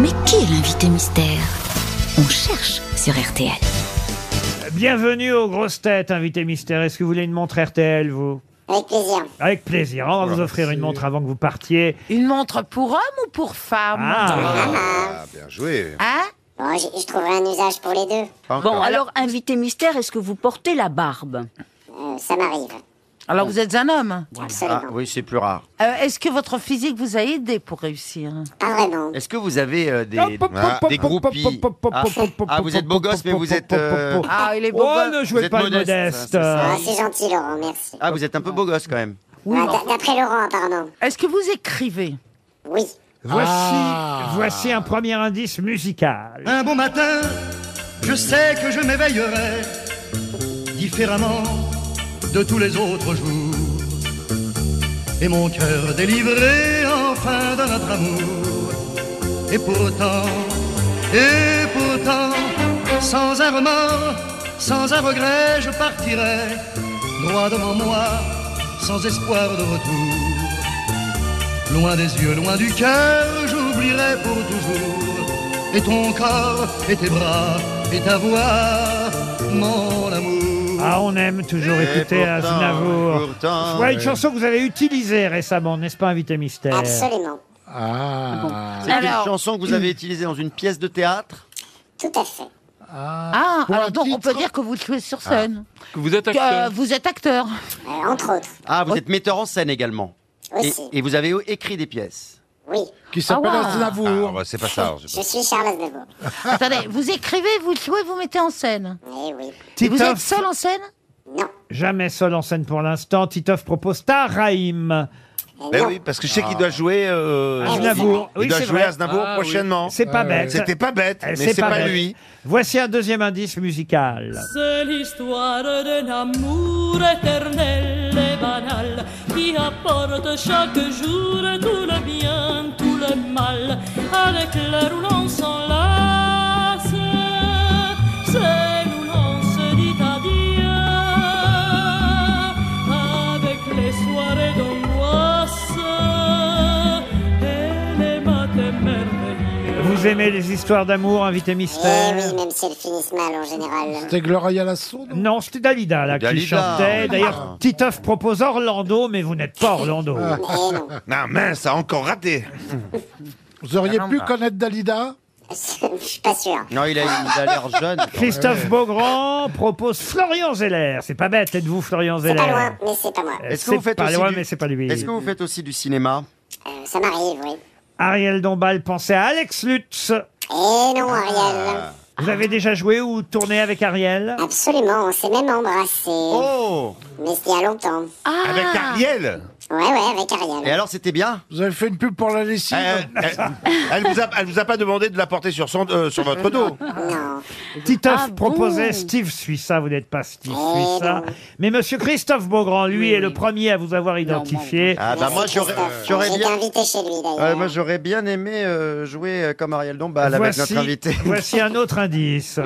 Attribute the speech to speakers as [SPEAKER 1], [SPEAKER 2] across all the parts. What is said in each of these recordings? [SPEAKER 1] Mais qui est l'invité mystère On cherche sur RTL.
[SPEAKER 2] Bienvenue aux grosses têtes, invité mystère. Est-ce que vous voulez une montre RTL, vous
[SPEAKER 3] Avec plaisir.
[SPEAKER 2] Avec plaisir. On va vous offrir une montre avant que vous partiez.
[SPEAKER 4] Une montre pour homme ou pour femme
[SPEAKER 2] Ah,
[SPEAKER 5] Ah, bien joué.
[SPEAKER 4] Hein
[SPEAKER 3] Bon, je, je trouverai un usage pour les deux.
[SPEAKER 5] Pas
[SPEAKER 6] Bon,
[SPEAKER 5] encore.
[SPEAKER 6] alors, invité mystère, est-ce que vous portez la barbe Oh.
[SPEAKER 3] Euh, ça m'arrive.
[SPEAKER 4] Alors vous êtes un homme.
[SPEAKER 3] Absolument.
[SPEAKER 7] Ah, oui, c'est plus rare.
[SPEAKER 4] Euh, Est-ce que votre physique vous a aidé pour réussir
[SPEAKER 7] Ah.
[SPEAKER 3] Pas vraiment.
[SPEAKER 7] Est-ce que vous avez euh, des, ah, des groupies ah, ah, vous êtes beau gosse, mais vous êtes. euh,
[SPEAKER 4] Ah, il est beau.
[SPEAKER 2] oh,
[SPEAKER 4] gosse.
[SPEAKER 2] ne jouez
[SPEAKER 7] êtes
[SPEAKER 2] pas le
[SPEAKER 7] modeste,
[SPEAKER 2] modeste.
[SPEAKER 7] c'est ça.
[SPEAKER 3] Ah, c'est gentil, Laurent, merci.
[SPEAKER 7] Ah, vous êtes un peu beau gosse quand même.
[SPEAKER 4] Oui,
[SPEAKER 3] Ah,
[SPEAKER 4] mais
[SPEAKER 3] d- D'après Laurent, apparemment.
[SPEAKER 4] Est-ce que vous écrivez
[SPEAKER 3] Oui.
[SPEAKER 2] Voici, Ah. voici un premier indice musical.
[SPEAKER 8] Un bon matin, je sais que je m'éveillerai différemment de tous les autres jours. Et mon cœur délivré enfin de notre amour. Et pourtant, et pourtant, sans un remords, sans un regret, je partirai droit devant moi, sans espoir de retour. Loin des yeux, loin du cœur, j'oublierai pour toujours. Et ton corps, et tes bras, et ta voix, mon amour.
[SPEAKER 2] Ah, on aime toujours
[SPEAKER 7] Et
[SPEAKER 2] écouter
[SPEAKER 7] pourtant,
[SPEAKER 2] Aznavour.
[SPEAKER 7] et pourtant,
[SPEAKER 2] Voilà une
[SPEAKER 5] euh,
[SPEAKER 7] ouais.
[SPEAKER 2] chanson que vous avez utilisée récemment, n'est-ce pas, invité
[SPEAKER 7] Euh.
[SPEAKER 2] mystère
[SPEAKER 3] Absolument.
[SPEAKER 7] C'est
[SPEAKER 4] Alors-
[SPEAKER 7] une chanson que vous avez utilisée dans une pièce de théâtre.
[SPEAKER 3] Tout à fait.
[SPEAKER 4] Ah, alors donc on peut dire que vous jouez sur scène.
[SPEAKER 9] Ah. Que vous êtes
[SPEAKER 4] Que, euh,
[SPEAKER 9] acteur.
[SPEAKER 4] vous êtes acteur.
[SPEAKER 3] Euh, entre autres.
[SPEAKER 7] Ah, vous êtes metteur en scène également. Et,
[SPEAKER 3] Aussi.
[SPEAKER 7] et vous avez écrit des pièces.
[SPEAKER 3] Oui.
[SPEAKER 10] qui s'appelle
[SPEAKER 4] Ah ouais.
[SPEAKER 10] Aznavour.
[SPEAKER 5] Ah, bah, c'est pas ça. je
[SPEAKER 3] Je
[SPEAKER 5] pense.
[SPEAKER 3] suis Charles Aznavour.
[SPEAKER 4] Attendez, vous écrivez, vous jouez, vous mettez en scène.
[SPEAKER 3] Eh oui.
[SPEAKER 4] Et vous êtes
[SPEAKER 2] Titoff,
[SPEAKER 4] seul en scène
[SPEAKER 3] Non.
[SPEAKER 2] jamais seul en scène pour l'instant, Titoff propose Taraïm.
[SPEAKER 3] Eh
[SPEAKER 5] Ben
[SPEAKER 3] non.
[SPEAKER 5] oui, parce que je sais
[SPEAKER 7] Ah.
[SPEAKER 5] qu'il doit jouer. euh,
[SPEAKER 2] Aznavour.
[SPEAKER 5] Il
[SPEAKER 2] Oui,
[SPEAKER 5] doit
[SPEAKER 2] c'est
[SPEAKER 5] jouer
[SPEAKER 2] vrai.
[SPEAKER 5] Aznavour
[SPEAKER 9] Ah, oui.
[SPEAKER 5] prochainement.
[SPEAKER 2] C'est pas
[SPEAKER 10] Ah ouais.
[SPEAKER 2] bête.
[SPEAKER 5] C'était pas bête,
[SPEAKER 2] Eh,
[SPEAKER 5] mais c'est pas,
[SPEAKER 2] bête.
[SPEAKER 5] lui.
[SPEAKER 2] Voici un deuxième indice musical.
[SPEAKER 8] C'est l'histoire d'un amour éternel et banal qui apporte chaque jour tout le bien, tout le mal, avec l'air où l'on s'enlace, c'est où l'on se dit adieu, avec les soirées d'angoisse et les matins merveilleux.
[SPEAKER 2] Vous aimez les histoires d'amour, invité
[SPEAKER 3] Eh
[SPEAKER 2] mystère
[SPEAKER 3] oui, même si elles finissent mal en général.
[SPEAKER 10] C'était Gloria Lasso non
[SPEAKER 2] Non, c'était Dalida là qui
[SPEAKER 7] Dalida.
[SPEAKER 2] chantait.
[SPEAKER 7] Ah.
[SPEAKER 2] D'ailleurs, Titoff propose Orlando, mais vous n'êtes pas Orlando.
[SPEAKER 7] Ah.
[SPEAKER 3] Eh non.
[SPEAKER 5] Non, mince, a encore raté.
[SPEAKER 10] Vous auriez
[SPEAKER 4] Ah non,
[SPEAKER 10] pu
[SPEAKER 4] bah.
[SPEAKER 10] connaître Dalida
[SPEAKER 3] Je suis pas sûr.
[SPEAKER 7] Non, il a, il a l'air jeune. Ah
[SPEAKER 2] Christophe Beaugrand propose Florian Zeller. C'est pas bête, êtes-vous Florian
[SPEAKER 3] C'est pas
[SPEAKER 2] Zeller
[SPEAKER 3] loin, mais c'est pas moi.
[SPEAKER 2] Euh,
[SPEAKER 7] Est-ce que
[SPEAKER 2] c'est
[SPEAKER 7] vous faites
[SPEAKER 2] pas
[SPEAKER 7] aussi
[SPEAKER 2] loin,
[SPEAKER 7] du-
[SPEAKER 2] mais c'est pas lui.
[SPEAKER 7] Est-ce que vous faites aussi du cinéma
[SPEAKER 3] Euh, ça m'arrive, oui.
[SPEAKER 2] Ariel Dombal, pensez à Alex Lutz.
[SPEAKER 3] Eh non,
[SPEAKER 5] Ah.
[SPEAKER 3] Ariel.
[SPEAKER 7] Ah.
[SPEAKER 2] Vous avez déjà joué ou tourné avec Ariel
[SPEAKER 3] Ah, Absolument, on s'est même embrassé.
[SPEAKER 7] Oh
[SPEAKER 3] Mais c'était il y a longtemps.
[SPEAKER 5] Avec Ariel.
[SPEAKER 3] Ouais, ouais, avec Ariel.
[SPEAKER 7] Et alors, c'était bien
[SPEAKER 10] Vous avez fait une pub pour la lessive
[SPEAKER 5] Euh, elle, elle vous a, elle vous a pas demandé de la porter sur, son, euh, sur votre dos.
[SPEAKER 3] Non.
[SPEAKER 2] Titoff
[SPEAKER 6] Ah bon
[SPEAKER 2] proposait Steve Suissa, vous n'êtes pas Steve
[SPEAKER 3] Oh,
[SPEAKER 2] Suissa.
[SPEAKER 3] non.
[SPEAKER 2] Mais monsieur Christophe Beaugrand, lui, est le premier à vous avoir identifié.
[SPEAKER 7] Ah, bah
[SPEAKER 3] Merci,
[SPEAKER 7] moi, j'aurais
[SPEAKER 3] Christophe.
[SPEAKER 7] j'aurais
[SPEAKER 3] J'ai été
[SPEAKER 7] bien.
[SPEAKER 3] invité chez lui, d'ailleurs.
[SPEAKER 7] Ouais, moi j'aurais bien aimé euh, jouer euh, comme Ariel Dombal avec
[SPEAKER 2] Voici-
[SPEAKER 7] notre invité.
[SPEAKER 2] voici un autre indice.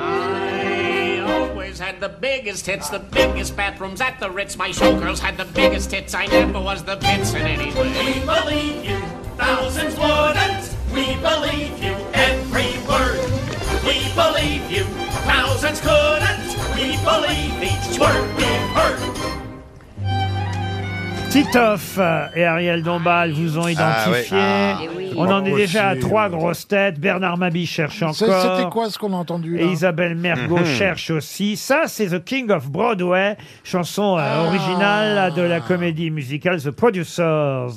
[SPEAKER 8] They always had the biggest hits, the biggest bathrooms at the Ritz. My showgirls had the biggest hits. I never was the bits in any way. We believe you, thousands wouldn't. We believe you every word. We believe you, thousands couldn't. We believe each word we heard.
[SPEAKER 2] Titoff euh, et Ariel Dombal vous
[SPEAKER 7] Ah,
[SPEAKER 2] ont identifié. On en est déjà à trois grosses têtes. Bernard Mabi cherche
[SPEAKER 10] C'est- C'était
[SPEAKER 2] encore.
[SPEAKER 10] quoi ce qu'on a entendu là
[SPEAKER 2] Et Isabelle
[SPEAKER 7] Mhm.
[SPEAKER 2] Mergot cherche aussi. Ça, c'est The King of Broadway, chanson euh,
[SPEAKER 10] Ah.
[SPEAKER 2] originale de la comédie musicale The Producers.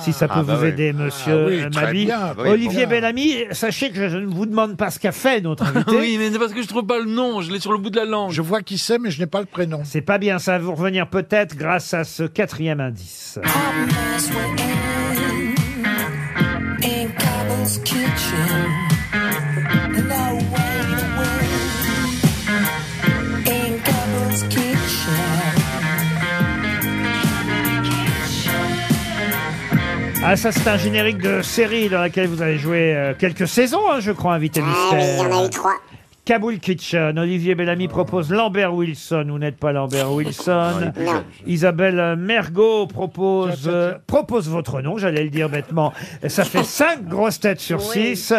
[SPEAKER 2] Si ça peut
[SPEAKER 7] Ah, bah
[SPEAKER 2] vous
[SPEAKER 7] oui.
[SPEAKER 2] aider, monsieur
[SPEAKER 10] oui,
[SPEAKER 2] euh,
[SPEAKER 10] très
[SPEAKER 2] Mabi.
[SPEAKER 10] bien,
[SPEAKER 7] oui,
[SPEAKER 2] Olivier
[SPEAKER 10] bien.
[SPEAKER 2] Bellamy, sachez que je ne vous demande pas ce qu'a fait notre invité.
[SPEAKER 9] Oui, mais c'est parce que je trouve pas le nom, je l'ai sur le bout de la langue.
[SPEAKER 10] Je vois qui c'est, mais je n'ai pas le prénom.
[SPEAKER 2] C'est pas bien, ça va vous revenir peut-être grâce à ce quatrième indice. Ah, ça, c'est un générique de série dans laquelle vous avez joué euh, quelques saisons, hein, je crois, invité
[SPEAKER 3] Ah oui, il y en a eu
[SPEAKER 2] mystère.
[SPEAKER 3] trois.
[SPEAKER 2] Kaboul Kitchen. Olivier Bellamy
[SPEAKER 7] Ah.
[SPEAKER 2] propose Lambert Wilson. Vous n'êtes pas Lambert Wilson.
[SPEAKER 3] Non.
[SPEAKER 2] Isabelle Mergot propose euh, propose votre nom. J'allais le dire bêtement. Ça fait cinq grosses têtes sur six.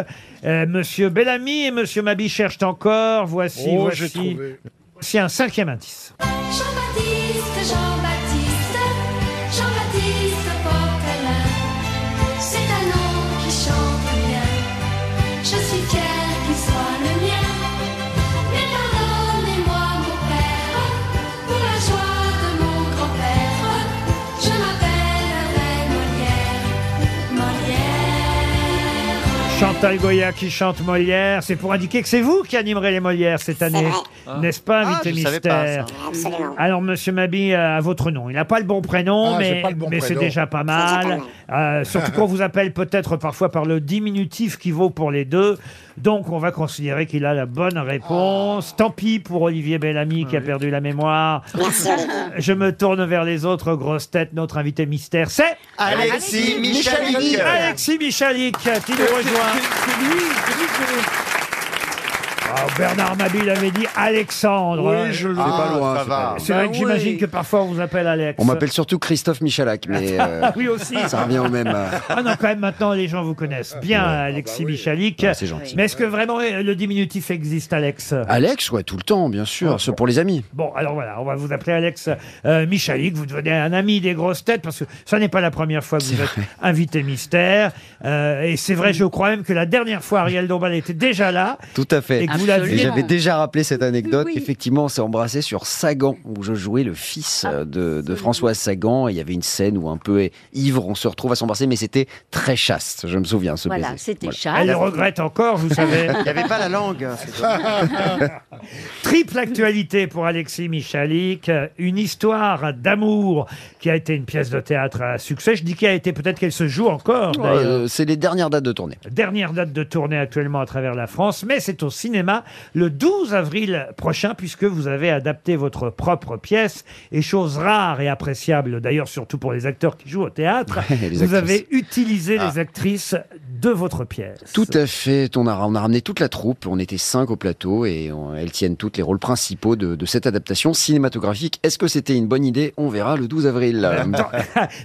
[SPEAKER 2] Euh, Monsieur Bellamy et Monsieur Mabi cherchent encore. Voici,
[SPEAKER 10] Oh, j'ai
[SPEAKER 2] voici.
[SPEAKER 10] trouvé.
[SPEAKER 2] Voici un cinquième indice.
[SPEAKER 11] Jean-Baptiste, Jean-Baptiste, Jean-Baptiste Pocalin, c'est un nom qui chante bien. Je suis fier qu'il soit le mien. Mais pardonnez-moi, mon père, pour la joie de mon grand-père. Je m'appellerai Molière, Molière.
[SPEAKER 2] Chantal Goya qui chante Molière. C'est pour indiquer que c'est vous qui animerez les Molières cette année.
[SPEAKER 3] vrai.
[SPEAKER 2] N'est-ce pas,
[SPEAKER 7] Ah,
[SPEAKER 2] invité
[SPEAKER 7] je savais pas,
[SPEAKER 2] mystère
[SPEAKER 7] ça.
[SPEAKER 3] Absolument.
[SPEAKER 7] Ah.
[SPEAKER 2] Alors, monsieur Mabi, euh, à votre nom. Il n'a pas le bon prénom,
[SPEAKER 10] Ah, j'ai
[SPEAKER 2] mais,
[SPEAKER 10] pas le bon
[SPEAKER 2] mais c'est
[SPEAKER 10] prénom.
[SPEAKER 2] déjà pas
[SPEAKER 3] C'est
[SPEAKER 2] mal.
[SPEAKER 3] déjà
[SPEAKER 2] Euh, surtout qu'on vous appelle peut-être parfois par le diminutif qui vaut pour les deux. Donc, on va considérer qu'il a la bonne
[SPEAKER 10] Ah.
[SPEAKER 2] réponse. Tant pis pour Olivier Bellamy qui a perdu la mémoire.
[SPEAKER 3] Merci, Olivier.
[SPEAKER 2] Je me tourne vers les autres grosses têtes. Notre invité mystère, c'est
[SPEAKER 7] Alexis Michalik.
[SPEAKER 2] Alexis Michalik qui nous rejoint. Ah, Bernard Mabille avait dit Alexandre. Ah,
[SPEAKER 10] Oui, je le ben
[SPEAKER 7] C'est pas loin, c'est pas
[SPEAKER 5] va.
[SPEAKER 7] loin.
[SPEAKER 2] C'est vrai
[SPEAKER 6] Ah
[SPEAKER 2] que j'imagine
[SPEAKER 6] oui.
[SPEAKER 2] que parfois on vous appelle Alex.
[SPEAKER 7] On m'appelle surtout Christophe Michalak, mais euh,
[SPEAKER 2] Ah Oui aussi.
[SPEAKER 7] ça revient au même. euh,
[SPEAKER 2] Ah non, quand même, maintenant, les gens vous connaissent bien, hein, Alexis Michalik.
[SPEAKER 7] Ouais, Ah, c'est gentil. Ah.
[SPEAKER 2] Mais est-ce que vraiment euh, le diminutif existe, Alex
[SPEAKER 7] Alex, ouais, tout le temps, bien sûr. C'est pour les amis.
[SPEAKER 2] Bon, alors voilà, on va vous appeler Alex euh, Michalik. Vous devenez un ami des grosses têtes parce que ça n'est pas la première fois que vous êtes invité mystère. Euh, et c'est vrai, je crois même que la dernière fois, Ariel Dombal était déjà là.
[SPEAKER 7] Tout à fait.
[SPEAKER 2] Et que vous l'aviez-
[SPEAKER 7] Et j'avais déjà rappelé cette anecdote.
[SPEAKER 6] Oui.
[SPEAKER 7] Effectivement, on s'est embrassé sur Sagan, où je jouais le fils euh, de, de Françoise Sagan. Et il y avait une scène où un peu eh, ivre, on se retrouve à s'embrasser, mais c'était très chaste. Je me souviens, ce
[SPEAKER 6] Voilà,
[SPEAKER 7] baiser.
[SPEAKER 6] c'était
[SPEAKER 7] Voilà.
[SPEAKER 2] Elle le
[SPEAKER 6] Charles.
[SPEAKER 2] regrette encore, vous savez.
[SPEAKER 7] Il n'y avait pas la langue. hein,
[SPEAKER 2] Triple actualité pour Alexis Michalik, euh, une histoire d'amour qui a été une pièce de théâtre à succès. Je dis qu'elle a été peut-être qu'elle se joue encore. d'ailleurs.
[SPEAKER 7] Bah, euh, c'est les dernières dates de tournée.
[SPEAKER 2] Dernière date de tournée actuellement à travers la France, mais c'est au cinéma le 12 avril prochain puisque vous avez adapté votre propre pièce et chose rare et appréciable d'ailleurs surtout pour les acteurs qui jouent au théâtre,
[SPEAKER 7] Ouais, les
[SPEAKER 2] vous
[SPEAKER 7] actrices.
[SPEAKER 2] avez utilisé
[SPEAKER 5] Ah.
[SPEAKER 2] les actrices de votre pièce.
[SPEAKER 7] Tout à fait. On a, on a ramené toute la troupe. On était cinq au plateau et on- elles tiennent toutes les rôles principaux de, de cette adaptation cinématographique. Est-ce que c'était une bonne idée On verra le 12 avril.
[SPEAKER 2] Attends,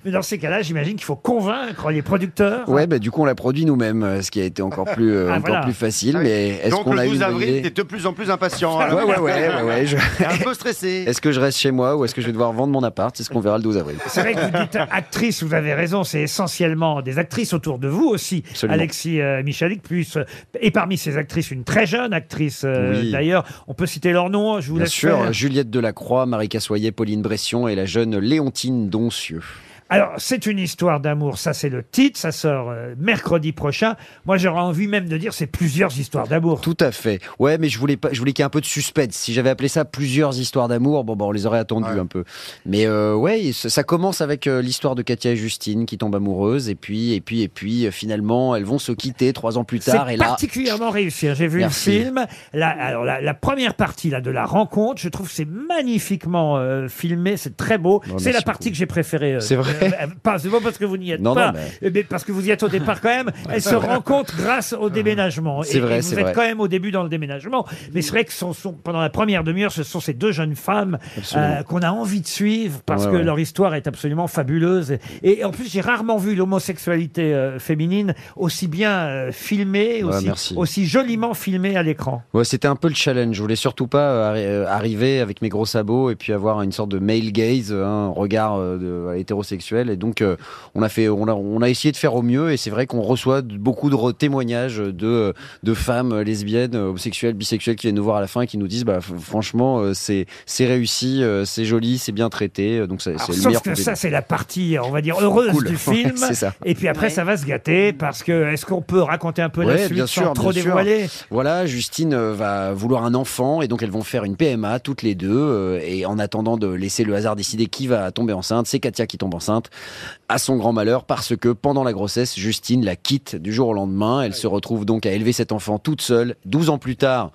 [SPEAKER 2] mais dans ces cas-là, j'imagine qu'il faut convaincre les producteurs.
[SPEAKER 7] Ouais, bah, du coup, on l'a produit nous-mêmes, euh, ce qui a été encore plus, euh,
[SPEAKER 2] Ah,
[SPEAKER 7] encore
[SPEAKER 2] voilà.
[SPEAKER 7] plus facile. Mais est-ce qu'on a eu une bonne idée
[SPEAKER 5] de plus en plus impatient. hein.
[SPEAKER 7] Ouais, ouais, ouais, ouais, ouais, je-
[SPEAKER 5] un peu stressé.
[SPEAKER 7] Est-ce que je reste chez moi ou est-ce que je vais devoir vendre mon appart C'est ce qu'on verra le 12 avril.
[SPEAKER 2] C'est vrai que vous dites actrice, vous avez raison, c'est essentiellement des actrices autour de vous aussi.
[SPEAKER 7] Absolument.
[SPEAKER 2] Alexis euh, Michalik, plus, euh, et parmi ces actrices, une très jeune actrice euh,
[SPEAKER 7] Oui.
[SPEAKER 2] d'ailleurs. On peut citer leur nom, hein, je vous
[SPEAKER 7] Bien
[SPEAKER 2] laisse
[SPEAKER 7] sûr,
[SPEAKER 2] faire.
[SPEAKER 7] Juliette Delacroix, Marie Cassoyer, Pauline Bression et la jeune Léontine Doncieux.
[SPEAKER 2] Alors, c'est une histoire d'amour, ça c'est le titre, ça sort euh, mercredi prochain. Moi j'aurais envie même de dire c'est plusieurs histoires d'amour.
[SPEAKER 7] Tout à fait. Ouais, mais je voulais pas, je voulais qu'il y ait un peu de suspense. Si j'avais appelé ça plusieurs histoires d'amour, bon, bon, on les aurait attendues un peu. Mais euh, ouais, et ça ça commence avec euh, l'histoire de Katia et Justine qui tombent amoureuses et puis, et puis, et puis, euh, finalement, elles vont se quitter trois ans plus
[SPEAKER 2] C'est
[SPEAKER 7] tard et là.
[SPEAKER 2] particulièrement réussi. hein. J'ai vu le
[SPEAKER 7] Merci.
[SPEAKER 2] film. La, alors la, la première partie là de la rencontre, je trouve que c'est magnifiquement euh, filmé, c'est très beau.
[SPEAKER 7] Bon,
[SPEAKER 2] c'est
[SPEAKER 7] merci
[SPEAKER 2] la partie
[SPEAKER 7] beaucoup.
[SPEAKER 2] que j'ai préférée. euh,
[SPEAKER 7] C'est vrai
[SPEAKER 2] euh, euh, pas c'est pas parce que vous n'y êtes
[SPEAKER 7] Non, non,
[SPEAKER 2] pas,
[SPEAKER 7] mais-
[SPEAKER 2] euh, mais parce que vous y êtes au départ quand même. Elles se rencontrent grâce au déménagement.
[SPEAKER 7] C'est
[SPEAKER 2] Et-
[SPEAKER 7] vrai,
[SPEAKER 2] et vous
[SPEAKER 7] c'est
[SPEAKER 2] êtes
[SPEAKER 7] vrai.
[SPEAKER 2] quand même au début dans le déménagement, mais c'est vrai que sont- sont- pendant la première demi-heure, ce sont ces deux jeunes femmes
[SPEAKER 7] Absolument.
[SPEAKER 2] euh, qu'on a envie de suivre parce
[SPEAKER 7] Ouais,
[SPEAKER 2] que
[SPEAKER 7] ouais.
[SPEAKER 2] leur histoire est absolument fabuleuse. Et, et en plus, j'ai rarement vu l'homosexualité euh, féminine aussi bien euh, filmée,
[SPEAKER 7] Ouais,
[SPEAKER 2] aussi,
[SPEAKER 7] merci.
[SPEAKER 2] aussi joliment filmée à l'écran.
[SPEAKER 7] Ouais, c'était un peu le challenge. Je voulais surtout pas euh, arri- euh, arriver avec mes gros sabots et puis avoir une sorte de male gaze, euh, un regard euh, de- voilà, hétérosexuel. Et donc, euh, on a fait, on a, on a essayé de faire au mieux. Et c'est vrai qu'on reçoit de- beaucoup de re- témoignages de de femmes euh, lesbiennes, euh, homosexuelles, bisexuelles qui viennent nous voir à la fin et qui nous disent, bah f- franchement, euh, c'est c'est réussi, euh, c'est joli, c'est bien traité. Euh, Donc, ça-
[SPEAKER 2] Alors,
[SPEAKER 7] c'est le
[SPEAKER 2] sauf
[SPEAKER 7] meilleur.
[SPEAKER 2] que
[SPEAKER 7] compliment.
[SPEAKER 2] ça, c'est la partie, euh, on va dire, heureuse
[SPEAKER 7] Cool.
[SPEAKER 2] du
[SPEAKER 7] Ouais,
[SPEAKER 2] film.
[SPEAKER 7] c'est ça.
[SPEAKER 2] Et puis après,
[SPEAKER 6] Ouais.
[SPEAKER 2] ça va se gâter parce que est-ce qu'on peut raconter un peu la
[SPEAKER 7] Ouais,
[SPEAKER 2] suite
[SPEAKER 7] bien
[SPEAKER 2] sans
[SPEAKER 7] sûr,
[SPEAKER 2] trop
[SPEAKER 7] bien sûr.
[SPEAKER 2] dévoiler
[SPEAKER 7] Voilà, Justine euh, va vouloir un enfant et donc elles vont faire une PMA toutes les deux euh, et en attendant de laisser le hasard décider qui va tomber enceinte, c'est Katia qui tombe enceinte à son grand malheur parce que pendant la grossesse, Justine la quitte du jour au lendemain, elle se retrouve donc à élever cet enfant toute seule 12 ans plus tard.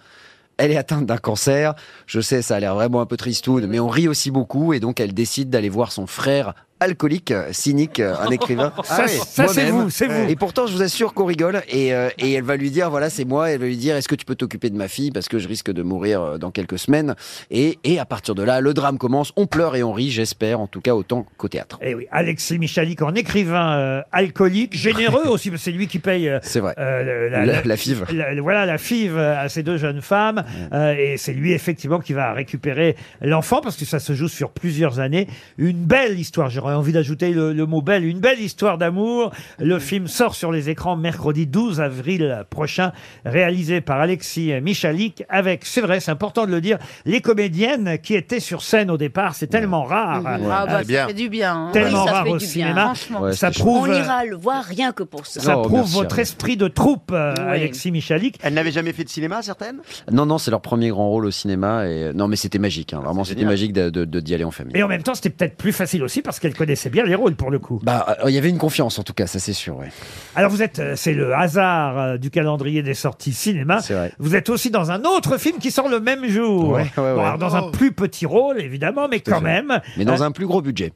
[SPEAKER 7] Elle est atteinte d'un cancer. Je sais, ça a l'air vraiment un peu tristoun, mais on rit aussi beaucoup. Et donc, elle décide d'aller voir son frère alcoolique, euh, cynique, un écrivain.
[SPEAKER 2] Ça, ça, c'est
[SPEAKER 7] Ah moi-même. Eh.
[SPEAKER 2] vous, c'est vous.
[SPEAKER 7] Et pourtant, je vous assure qu'on rigole. Et, euh, et elle va lui dire, voilà, c'est moi. Elle va lui dire, est-ce que tu peux t'occuper de ma fille parce que je risque de mourir euh, dans quelques semaines. Et, et à partir de là, le drame commence. On pleure et on rit. J'espère, en tout cas, autant qu'au théâtre.
[SPEAKER 2] Eh oui, Alexis Michalik en écrivain euh, alcoolique, généreux aussi, parce que c'est lui qui paye. euh,
[SPEAKER 7] C'est vrai.
[SPEAKER 12] Euh,
[SPEAKER 2] la-
[SPEAKER 7] La- la FIV.
[SPEAKER 2] la- voilà la FIV à ces deux jeunes femmes. Euh, et c'est lui effectivement qui va récupérer l'enfant parce que ça se joue sur plusieurs années. Une belle histoire, j'aurais envie d'ajouter le, le mot belle, une belle histoire d'amour. Le film sort sur les écrans mercredi 12 avril prochain, réalisé par Alexis Michalik avec, c'est vrai, c'est important de le dire, les comédiennes qui étaient sur scène au départ. C'est tellement rare.
[SPEAKER 4] Ah, bah,
[SPEAKER 2] Euh,
[SPEAKER 4] ça fait du bien. hein.
[SPEAKER 2] tellement
[SPEAKER 6] Oui, ça
[SPEAKER 2] rare
[SPEAKER 6] fait
[SPEAKER 2] au
[SPEAKER 6] du bien,
[SPEAKER 2] cinéma.
[SPEAKER 6] franchement.
[SPEAKER 7] Ouais,
[SPEAKER 2] ça
[SPEAKER 7] c'était
[SPEAKER 2] prouve,
[SPEAKER 6] On ira le voir rien que pour ça.
[SPEAKER 2] ça
[SPEAKER 7] Non,
[SPEAKER 2] prouve
[SPEAKER 7] merci,
[SPEAKER 2] votre
[SPEAKER 7] Ariel.
[SPEAKER 2] esprit de troupe, euh,
[SPEAKER 6] Oui.
[SPEAKER 2] Alexis Michalik.
[SPEAKER 12] Elle n'avait jamais fait de cinéma, certaines
[SPEAKER 7] Non, non, c'est leur premier grand rôle au cinéma. Et non, mais c'était magique. hein. Vraiment, c'était
[SPEAKER 12] génial.
[SPEAKER 7] magique de- de- de- d'y aller en famille.
[SPEAKER 2] Et en même temps, c'était peut-être plus facile aussi parce qu'elle connaissait bien les rôles pour le coup.
[SPEAKER 7] Bah, euh, il y avait une confiance en tout cas, ça c'est sûr. ouais.
[SPEAKER 2] Alors vous êtes, euh, c'est le hasard euh, du calendrier des sorties cinéma.
[SPEAKER 7] C'est vrai.
[SPEAKER 2] Vous êtes aussi dans un autre film qui sort le même jour.
[SPEAKER 7] Ouais, ouais,
[SPEAKER 2] Bon,
[SPEAKER 7] ouais.
[SPEAKER 2] alors dans un plus petit rôle évidemment, mais quand même.
[SPEAKER 7] Mais dans
[SPEAKER 2] Euh,
[SPEAKER 7] un plus gros budget.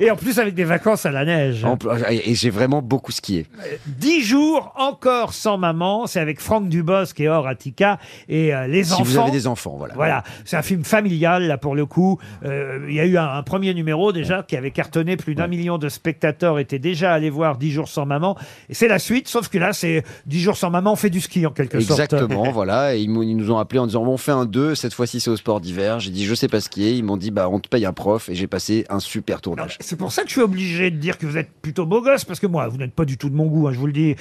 [SPEAKER 2] Et en plus avec des vacances à la neige.
[SPEAKER 7] En pl- Et j'ai vraiment beaucoup skié.
[SPEAKER 2] Dix jours encore sans maman. C'est avec Franck Dubosc et Or Attica et euh, les
[SPEAKER 7] si
[SPEAKER 2] enfants.
[SPEAKER 7] vous avez des enfants, voilà.
[SPEAKER 2] Voilà, c'est un film familial là pour le coup. Euh, Il y a eu un, un premier numéro déjà qui avait cartonné plus d'un million de spectateurs étaient déjà allés voir 10 jours sans maman. Et c'est la suite, sauf que là c'est 10 jours sans maman, on fait du ski en quelque sorte.
[SPEAKER 7] Exactement, voilà. Et ils, m'ont- ils nous ont appelé en disant on fait un 2, cette fois-ci c'est au sport d'hiver. J'ai dit je sais pas skier. Ils m'ont dit bah on te paye un prof et j'ai passé un super
[SPEAKER 2] Alors,
[SPEAKER 7] tournage.
[SPEAKER 2] C'est pour ça que je suis obligé de dire que vous êtes plutôt beau gosse parce que moi vous n'êtes pas du tout de mon goût, hein, je vous le dis.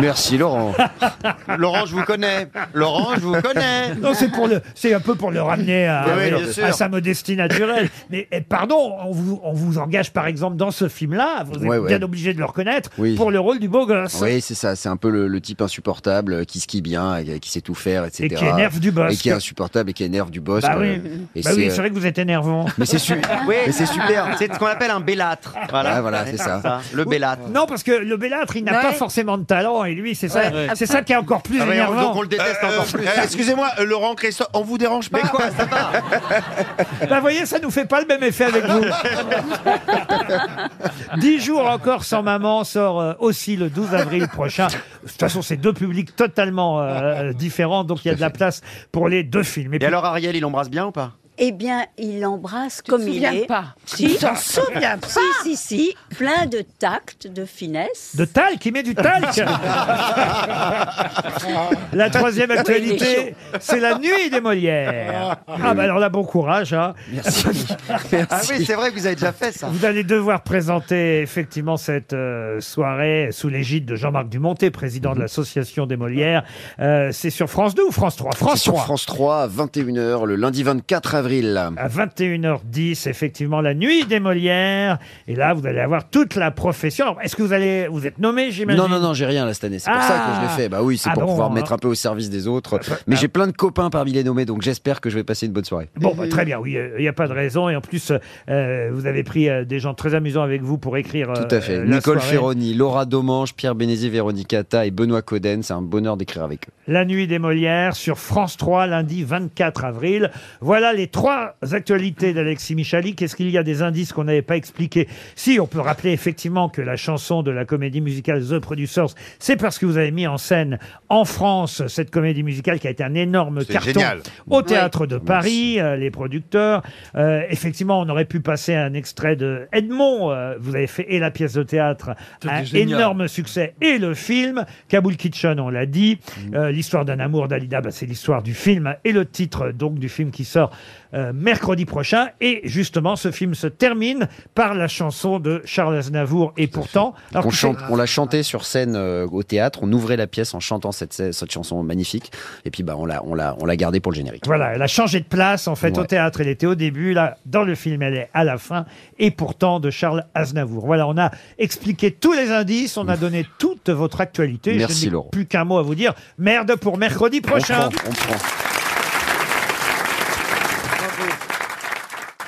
[SPEAKER 7] Merci Laurent.
[SPEAKER 12] Laurent, je vous connais. Laurent, je vous connais.
[SPEAKER 2] Non, c'est pour le, c'est un peu pour le ramener à,
[SPEAKER 12] Oui, oui, bien sûr.
[SPEAKER 2] à sa modestie naturelle. Mais eh, pardon, on vous, on vous engage par exemple dans ce film-là, vous êtes
[SPEAKER 7] Ouais, ouais.
[SPEAKER 2] bien obligé de le reconnaître
[SPEAKER 7] Oui.
[SPEAKER 2] pour le rôle du beau gosse.
[SPEAKER 7] Oui, c'est ça. C'est un peu le, le type insupportable euh, qui skie bien, et qui sait tout faire, etc.
[SPEAKER 2] Et qui énerve du boss.
[SPEAKER 7] Et qui est insupportable et qui énerve du boss.
[SPEAKER 2] Bah
[SPEAKER 7] euh,
[SPEAKER 2] oui,
[SPEAKER 7] et
[SPEAKER 2] Bah oui,
[SPEAKER 7] euh, Ah.
[SPEAKER 2] c'est vrai que vous êtes énervant.
[SPEAKER 7] Mais c'est su-
[SPEAKER 12] Oui,
[SPEAKER 7] mais c'est super.
[SPEAKER 12] C'est ce qu'on appelle un bellâtre. Voilà,
[SPEAKER 7] Ouais, voilà, c'est ça.
[SPEAKER 12] Le bellâtre.
[SPEAKER 2] Non, parce que le Bellâtre, il n'a
[SPEAKER 4] Ouais.
[SPEAKER 2] pas forcément de talent, et lui, c'est ça,
[SPEAKER 12] Ouais.
[SPEAKER 2] c'est ça qui est encore plus
[SPEAKER 12] Ah ouais, on-
[SPEAKER 2] énervant.
[SPEAKER 12] donc on le déteste encore plus.
[SPEAKER 5] Euh, Excusez-moi, euh, Laurent, Christophe, on vous dérange pas
[SPEAKER 2] Bah, voyez, ça nous fait pas le même effet avec vous. Dix jours encore sans maman sort euh, aussi le 12 avril prochain. De toute façon, c'est deux publics totalement euh, différents, donc il y a de la place pour les deux films. Et
[SPEAKER 12] Et
[SPEAKER 2] puis-
[SPEAKER 12] alors, Ariel, il embrasse bien ou pas
[SPEAKER 7] Ah
[SPEAKER 6] Eh bien, il l'embrasse
[SPEAKER 4] Tu te
[SPEAKER 6] comme il
[SPEAKER 4] souviens
[SPEAKER 6] est.
[SPEAKER 4] pas.
[SPEAKER 6] Si.
[SPEAKER 4] Tu t'en souviens pas.
[SPEAKER 6] Si, si, si, plein de tact, de finesse.
[SPEAKER 2] de talc, il met du talc La troisième actualité, c'est la nuit des Molières. Ah bah alors là, bon courage. hein.
[SPEAKER 12] Ah oui, c'est vrai que vous avez déjà fait ça.
[SPEAKER 2] Vous allez devoir présenter effectivement cette euh, soirée sous l'égide de Jean-Marc Dumonté, président
[SPEAKER 7] Mhm.
[SPEAKER 2] de l'association des Molières. Euh, c'est sur France 2 ou France 3
[SPEAKER 7] C'est
[SPEAKER 2] France
[SPEAKER 7] sur
[SPEAKER 2] 3.
[SPEAKER 7] France 3 à 21h le lundi 24 avril.
[SPEAKER 2] À 21h10, effectivement, la nuit des Molières. Et là, vous allez avoir toute la profession. Alors, est-ce que vous allez, vous êtes nommé, j'imagine
[SPEAKER 7] Non, non, non, j'ai rien là cette année. C'est pour
[SPEAKER 2] Ah.
[SPEAKER 7] ça que je l'ai fait. Bah oui, c'est
[SPEAKER 2] Ah
[SPEAKER 7] pour
[SPEAKER 2] bon, Bah,
[SPEAKER 7] pouvoir
[SPEAKER 2] hein.
[SPEAKER 7] me mettre un peu au service des autres. Mais j'ai plein de copains parmi les nommés, donc j'espère que je vais passer une bonne soirée.
[SPEAKER 2] Bon, bah, très bien, oui, il n'y a pas de raison. Et en plus, euh, vous avez pris euh, des gens très amusants avec vous pour écrire. euh,
[SPEAKER 7] Tout à fait. Nicole Ferroni, Laura Domange, Pierre Bénézi, Véronique Atta et Benoît Coden. C'est un bonheur d'écrire avec eux.
[SPEAKER 2] La nuit des Molières sur France 3, lundi 24 avril. Voilà les trois actualités d'Alexis Michalik. Est-ce qu'il y a des indices qu'on n'avait pas expliqués Si, on peut rappeler effectivement que la chanson de la comédie musicale The Producers, c'est parce que vous avez mis en scène en France cette comédie musicale qui a été un énorme
[SPEAKER 5] C'est
[SPEAKER 2] carton
[SPEAKER 5] génial.
[SPEAKER 2] au Théâtre de Paris, euh, les producteurs. Euh, effectivement, on aurait pu passer un extrait de Edmond. euh, vous avez fait et la pièce de théâtre,
[SPEAKER 9] C'était
[SPEAKER 2] un
[SPEAKER 9] génial.
[SPEAKER 2] énorme énorme succès et le film. Kaboul Kitchen, on l'a dit.
[SPEAKER 7] Mm.
[SPEAKER 2] Euh, l'histoire d'un amour d'Alida, bah, c'est l'histoire du film et le titre donc du film qui sort euh, mercredi prochain. Et justement, ce film se termine par la chanson de Charles Aznavour. Et pourtant, alors
[SPEAKER 7] On,
[SPEAKER 2] que
[SPEAKER 7] chante-
[SPEAKER 2] c'est-
[SPEAKER 7] on l'a chanté sur scène euh, au théâtre. On ouvrait la pièce en chantant cette, cette chanson magnifique. Et puis, bah, on l'a, on l'a, on l'a gardée pour le générique.
[SPEAKER 2] Voilà, elle a changé de place en fait au
[SPEAKER 7] Ouais.
[SPEAKER 2] théâtre. Elle était au début, là, dans le film, elle est à la fin, et pourtant de Charles Aznavour. Voilà, on a expliqué tous les indices, on a donné toute votre actualité.
[SPEAKER 7] Merci,
[SPEAKER 2] Je n'ai
[SPEAKER 7] Laurent.
[SPEAKER 2] plus qu'un mot à vous dire. Merde pour mercredi prochain.
[SPEAKER 7] On prend, on prend.